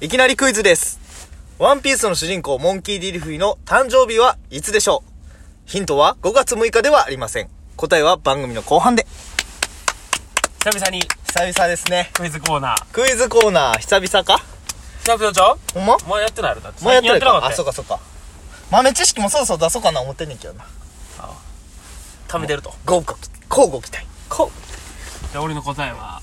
いきなりクイズです。ワンピースの主人公、モンキー・ディルフィの誕生日はいつでしょうヒントは5月6日ではありません。答えは番組の後半で。久々に久々ですね。クイズコーナー。クイズコーナー、久々かスタッフ隊長ほんまお前やってないのだって。もうやってる最近やかあ、ってなかったそうよ。かそうか。豆知識もそろそろ出そうかな思ってんねんけどな。溜めてると。ごご、こうご期待。こじゃあ俺の答えは、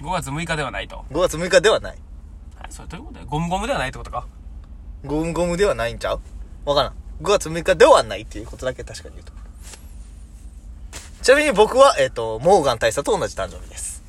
5月6日ではないと。う。5月6日ではない。はい、それどういうことだよ。ゴムゴムではないってことか。ゴムゴムではないんちゃうわからん。5月6日ではないっていうことだけ確かに言うと。ちなみに僕は、えっ、と、モーガン大佐と同じ誕生日です。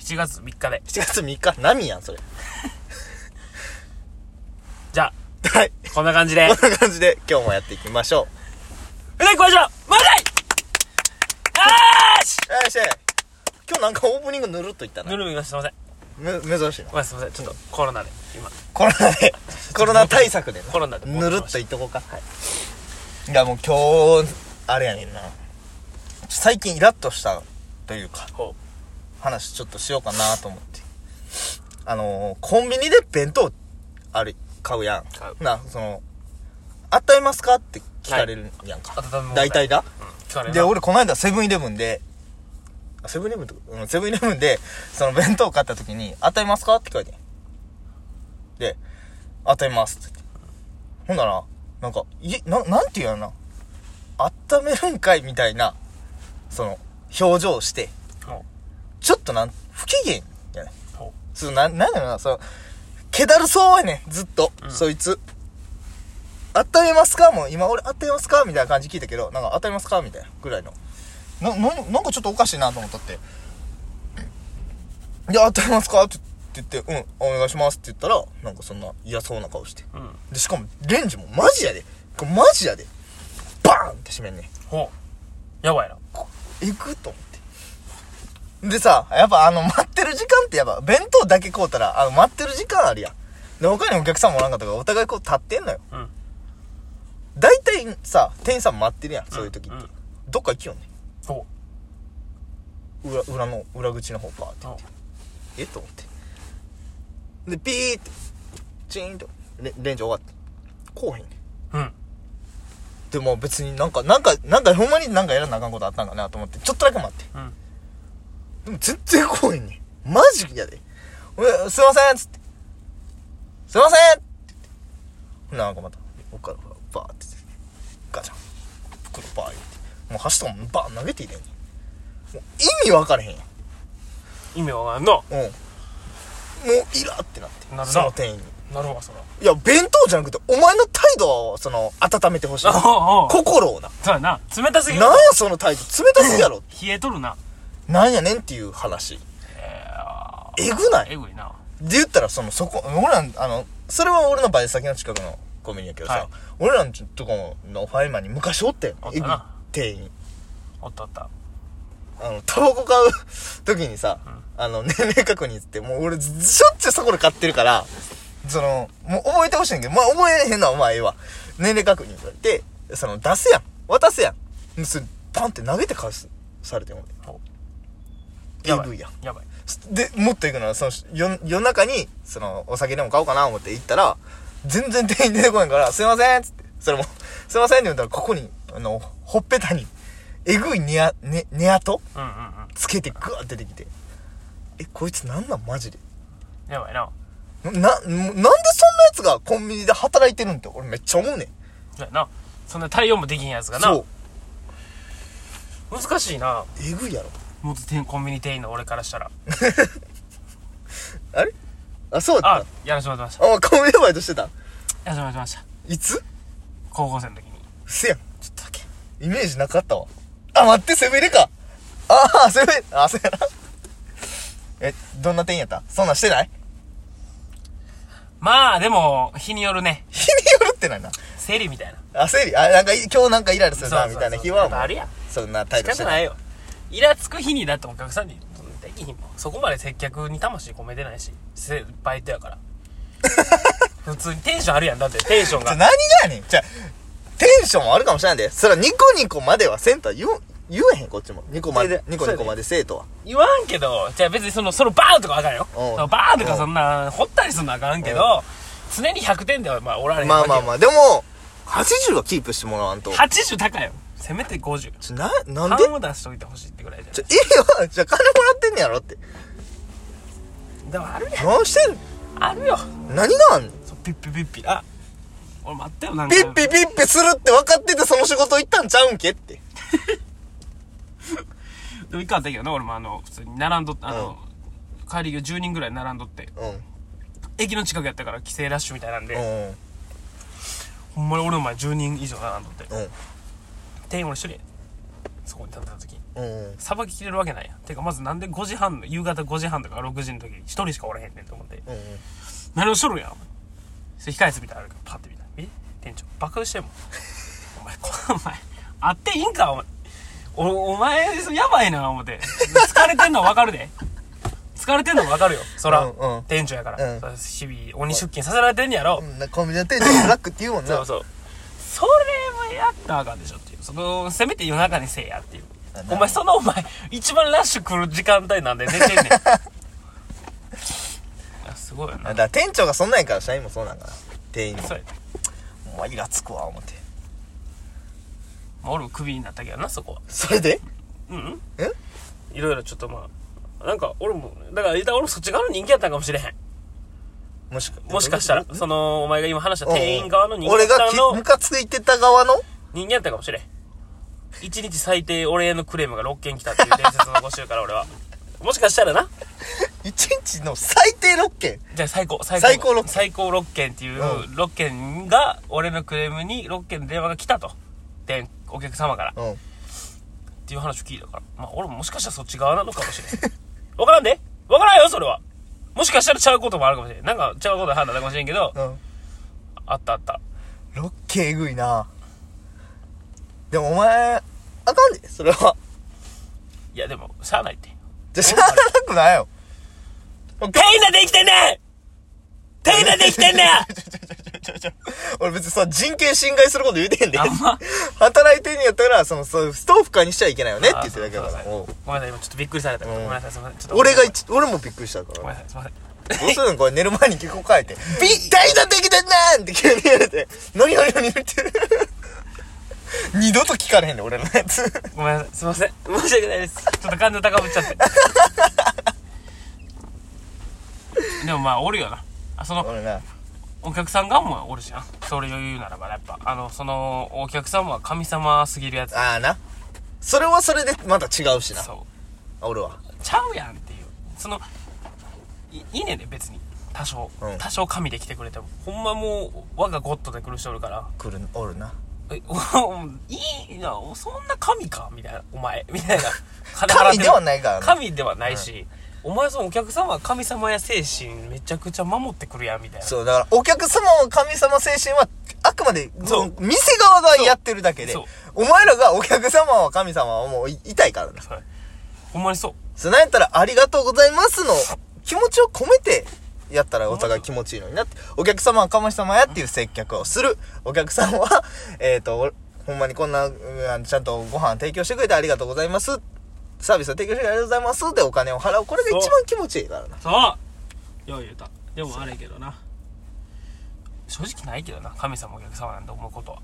7月3日で。 7月3日、波やん、それ。じゃはい。あ、こんな感 じで。こんな感じで今日もやっていきましょうなぎこわじろ万歳よーしう。よいしょい。今日なんかオープニングぬるっといったなぬ。るみました、すいません。む、珍しいな。ごめんすいません、ちょっとコロナで、今。コロナで、 コロナ対策でなコロナでぬるっといっとこうか。はい。いや、もう今日、あれやねんな。最近イラッとしたというか、ほ話ちょっとしようかなと思って。あのー、コンビニで弁当、あれ、買うやん。買うな、その、温めますかって聞かれるやんか。はい温めます大体だ。う。うん、疲れるで、な。俺この間セブンイレブンで、あセブンイレブンとか、うん、セブンイレブンで、その弁当買った時に、当たりますかって聞かれてん。で、当たりますって言って。ほんなら、なんか、いな、なんて言うのな。温めるんかいみたいな、その、表情をして、ほちょっとなん、不機嫌やねう。ほその、なん、なんだろうな、その、気だるそうやねん、ずっと、うんそいつ。温めますかもう今俺温めますかみたいな感じ聞いたけど、なんか温めますかみたいなぐらいの。な、な、なんかちょっとおかしいなと思ったって。いや、温めますかって言って、うん、お願いしますって言ったら、なんかそんな嫌そうな顔して。う。うん。で、しかも、レンジもマジやで。これマジやで。バーンって閉めんねん。ほう。やばいな。行くと思ってでさやっぱあの待ってる時間ってやっぱ弁当だけ買うたらあの待ってる時間あるやんで他にお客さんもおらんかったからお互いこう立ってんのようん。大体さ店員さん待ってるやんそういう時って、うんどっか行きよんねほ裏裏の裏口の方バーってう。ほえと思ってでピーってチーンとレレンジ終わってこうへんねんう。うん。でも別になんかなんかなんかほんまになんかやらなあかんことあったんかなと思ってちょっとだけ待ってうん。でも全然来へんねん。マジやで。俺、すいませんっつって。すいませんって言ってほんならなんかまた、おっからバーってガチャン。袋バーって。もう箸とかもバーン投げていれんねん。もう意味分かれへんやん。意味わからんの。うん。もうイラってなって。なるなその店員に。なるほど、そら。いや、弁当じゃなくて、お前の態度を、その、温めて ほしい。おうおう心をな。そうやな。冷たすぎなんる。やその態度、冷たすぎやろ。冷えとるな。なんやねんっていう話。えぐないえぐいな。で言ったらそのそこ俺らあのそれは俺のバイト先の近くのコンビニやけどさ、はい俺らのとこのファイマンに昔おったよおっエたグな店員おったおった。あのタバコ買う時にさ、あの年齢確認っつってもう俺しょっちゅうそこで買ってるからそのもう覚えてほしいんやけどまあ覚えへんのはお前は年齢確認って言われてその出すやん渡すやんそれパンって投げて返すされてん俺ほ AV やんやばい。で、もっと行くのは、その、夜、夜中に、その、お酒でも買おうかな思って行ったら、全然店員出てこないから、すいませんっつって、それも、すいませんって言ったら、ここに、あの、ほっぺたに、えぐいニア、ね、ネアとうんうんうん。つけてグワーって出てきて、え、こいつなんなんマジで。やばいな。な、ななんでそんなやつがコンビニで働いてるんって、俺めっちゃ思うねん。そうやな。そんな対応もできんやつがな。そう。難しいな。えぐいやろ。元店コンビニ店員の俺からしたら。あれあ、そうだあっ、。やらせてもらってましたあ、コンビニでバイトしてた。た。やらせてもらってました。いつ高校生の時に。うせやん。ちょっとだけ。イメージなかったわ。あ、待って、セブン入れか。ああ、セブン、あ、そうやな。え、どんな店員やったそんなんしてないまあ、でも、日によるね。日によるってないな。生理みたいな。焦り、あ、なんか、今日なんかイライラするそうな、そうそうみたいな日はもやっぱあるうやん、そんな態仕度して方な。ないいよ。イラつく日にだってお客さんに、できひんもん。そこまで接客に魂込めてないし、せバイトや から。普通にテンションあるやん。だってテンションじゃ、が。何がやねん。じゃ、テンションもあるかもしれないで。そら、ニコニコまではせんとは言う、言えへんこっちもニコまそれででニコニコまで生徒は言わんけど、じゃあ別にその、そのバーンとかあかんよ。そうんのバーンとかそんな、掘ったりすんのあかんけど、常に100点ではまあおられへんまあまああ。まあでも80はキープしてもらわんと80高いよ。せめて50。ちょななんで半を出しといてほしいってぐらいじゃちょええわじゃあ金もらってんねやろってん。でもあるや何してんん。あるよ。何があんのそうピッピピッピ。あ、俺待ってよ、なんか。ピッピピッピするって分かっててその仕事行ったんちゃうんけってでも一回あったけどね、俺もあの、普通に並んどって、あの、帰りが10人ぐらい並んどって、うん駅の近くやったから帰省ラッシュみたいなんで、うんほんまに俺の前10人以上並んどって、うん店員俺一人やそこに立ってた時うんさばききれるわけないやんてかまずなんで5時半の夕方5時半とか6時の時一人しかおらへんねんと思ってうん何をしとるんやんお前それ控え室みたいなのあるからパッて見たらえ店長バカにしてんもんお前このお前あっていいんかお前おお前やばいな思って疲れてんのはわかるで疲れてんのはわかるよそら、うんうん店長やから、うんそら日々鬼出勤させられてんやろ、うんなコンビニの店長ブラックって言うもんなそうそうそれはやったらあかんでしょっていうそのせめて夜中にせえやっていうお前そのお前一番ラッシュ来る時間帯なんで寝 てんねんいやすごいだよなから店長がそんなんやから社員もそうなんかな店員もそうやもうイラつくわ思ってまあ俺もクビになったけどなそこはそれでうんえいろいろちょっとまあなんか俺もだから言うたら俺もそっち側の人気やったんかもしれへんもしかもしかしたらそのお前が今話した店員側の人うん気俺が側きのムカついてた側の人間やったかもしれん一日最低俺へのクレームが6件来たっていう伝説を残してるから俺はもしかしたらな一日の最低6件じゃあ最高最最高六件最高6件っていううん6件が俺のクレームに6件の電話が来たとでお客様からっうんていう話を聞いたからまあ俺ももしかしたらそっち側なのかも しれんわからんでわからんよそれはもしかしたらちゃうこともあるかもしれんなんかちゃうことは判断あるかもしれんけどうんあったあった6件えぐいなでもお前あかんでそれはいやでもしゃあないってじゃあしゃあなくないよ手稲で生きてんねん手稲で生きてんね ん俺別にさ人権侵害すること言うてへんであんま働いてんやったらそのそうストーフ化にしちゃいけないよねって言ってたけどあさそうそうそうごめんなさい今ちょっとびっくりされたごんめんなさいすいませんちょっと俺が一俺もびっくりしたかごめんらなさいすどいませんうするのこれ寝る前に結構変え て「ビッ大打的だな!」って急に言われて「何何何?」って二度と聞かれへんで俺のや つごめんなさいすいません申し訳ないですちょっと感情高ぶっちゃってでもまあおるよなあその俺なお客さんがもうおるじゃんそれを言うならばやっぱあのそのお客さんは神様すぎるやつああなそれはそれでまた違うしなそう俺はちゃうやんっていうそのいいいねんで別に多少、うん多少神で来てくれてもほんまもう我がゴッドで来る人おるから来るおるなえ おいいなそんな神かみたいなお前 みたいな神ではないからな神ではないし、お前そのお客様は神様や精神めちゃくちゃ守ってくるやんみたいなそうだからお客様を神様精神はあくまでそうその店側がやってるだけでそうお前らがお客様は神様はもうい痛いからなそうほんまにそうそうなんやったら「ありがとうございます」の気持ちを込めてやったらお互い気持ちいいのになってお客様は神様やっていう接客をするお客さんはえっ、とほんまにこんなうんあのちゃんとご飯提供してくれてありがとうございますサービスを提供してくれてありがとうございますでお金を払うこれが一番気持ちいいからなそうよう言うたでもあれやけどな正直ないけどな神様お客様なんて思うことは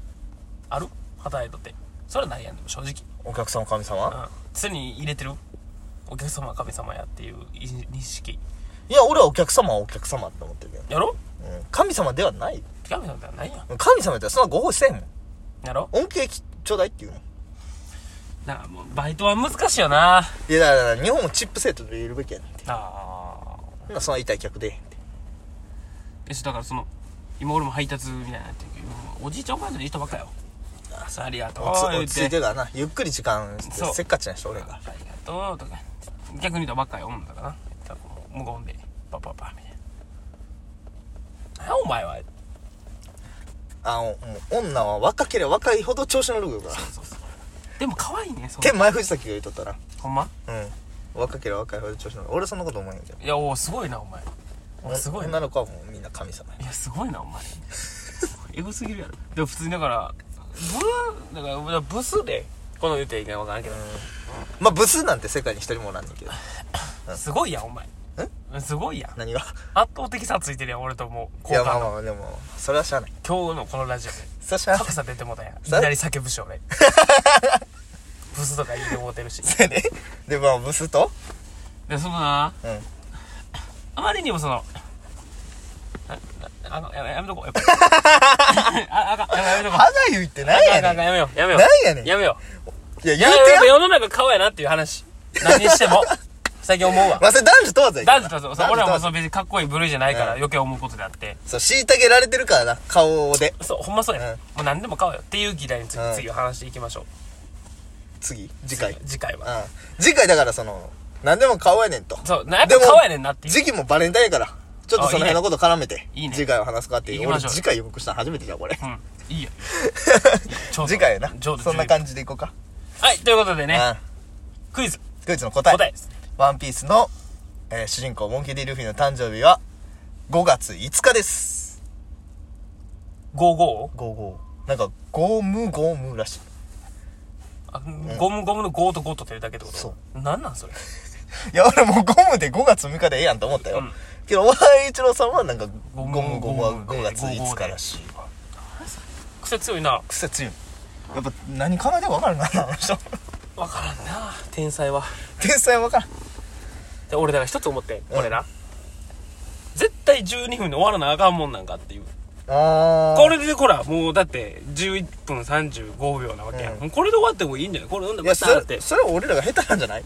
ある働いとってそれはないやんでも正直、お客様神様、うん、常に入れてるお客様は神様やっていう認識いや俺はお客様はお客様って思ってるけどやろうん神様ではない神様ではないやん神様やったらそんなご奉仕せんもんやろ恩恵きちょうだいっていうもんだからもうバイトは難しいよなあいやだからだから日本もチップ制度で入れるべきやねんてあほんなそんな痛い客でえへんってよしだからその今俺も配達みたいになってるけどもうおじいちゃんおばあちゃんの人ばっかよ朝ありがとう落ち言う落ち着いててるからなゆっくり時間してそうせっかちな人あ俺りががとうとか逆に言うとばっかよ女だからなだからこう無言でパパパみたいな何やお前はあのもう女は若ければ若いほど調子乗るからそうそうでも可愛いねそ手の前藤崎が言うとったらほんまうん若ければ若いほど調子乗る俺そんなこと思うんやけどいやおーすごいなお前お前すごいな女の子はもうみんな神様やいやすごいなお前エゴすぎるやろでも普通にだからブーだからブスでこの言うていいか分からんけど、まあ、ブスなんて世界に一人もおらんねんけ ど。すごいやんお前んすごいやん何が圧倒的差ついてるやん俺ともうい好や、感まあ度まあ、でも、それはしゃあない。今日のこの ラジオでそれはしゃあない格。差出てもうたやんいきそれなり叫ぶし 俺ブスとか言ってもうてるしせやで。 で、まあ、ブスとでそのなうん。あまりにもそのあああのやめやめとこうやっ ぱああかんやめやめとこう花言ってないあやかんあねん。かんやめようやめようなんやねんやめよういや、いや言うてやっよ。ぱ世の中顔やなっていう話何にして も最近思うわまあ、それ男女問わずやけど男女とそう俺はも男女うその問わ別にかっこいい部類じゃないからうん余計思うことであってずそう、虐げられてるからな、顔で。そうほんまそうやねうんもう何でも顔よっていう議題についうんて次は話していきましょう次、次回。うん。次回は次回だから、その、何でも顔やねんと。そうなやっぱ顔やねんなっていう時期もバレンタインやから。ちょっとそのあいいね辺のこと絡めて、いいね次回を話すかっていう。行きま俺、しょう次回予告したの初めてじゃん、これ。うん いいよちょうど次回やなちょう。どそんな感じでいこうか。はいということでうねん。クイズクイズの答え。答えですワンピースの、えー主人公、モンキー・ディ・ルフィの誕生日は、5月5日です。 55ゴーゴー。なんか、ゴームゴームらしい。あゴムゴムのゴーとゴーと出るだけってことそなんなんそれいや、俺もうゴムで5月6日でええやんと思ったよ。うんけど、お前一郎さんはなんか、ゴゴムムゴムはゴム5月5日らしいわ。癖強いな癖強い。やっぱ、何考えても分かるな、あの人。 わからんな天才は天才は分からん。で俺だから一つ思ってうんこれな絶対12分で終わらなあかんもんなんかっていうあー。これでほらもうだって11分35秒なわけやん、うんもうこれで終わってもいいんじゃないこれ飲んでいや、まそただってれ、それは俺らが下手なんじゃない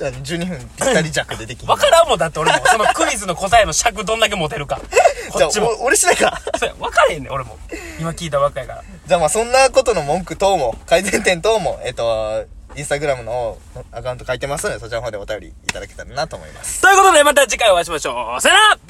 あの ?12 分ぴったり弱でできん。わからんもんだって俺もそのクイズの答えの尺どんだけ持てる かこっちじゃあもお俺次第か。そうや分かれへんねん俺も今聞いたばっかやからじゃあまあそんなことの文句等も、改善点等も、えっと、インスタグラムのアカウント書いてますので、そちらの方でお便りいただけたらなと思います。ということでまた次回お会いしましょうさよなら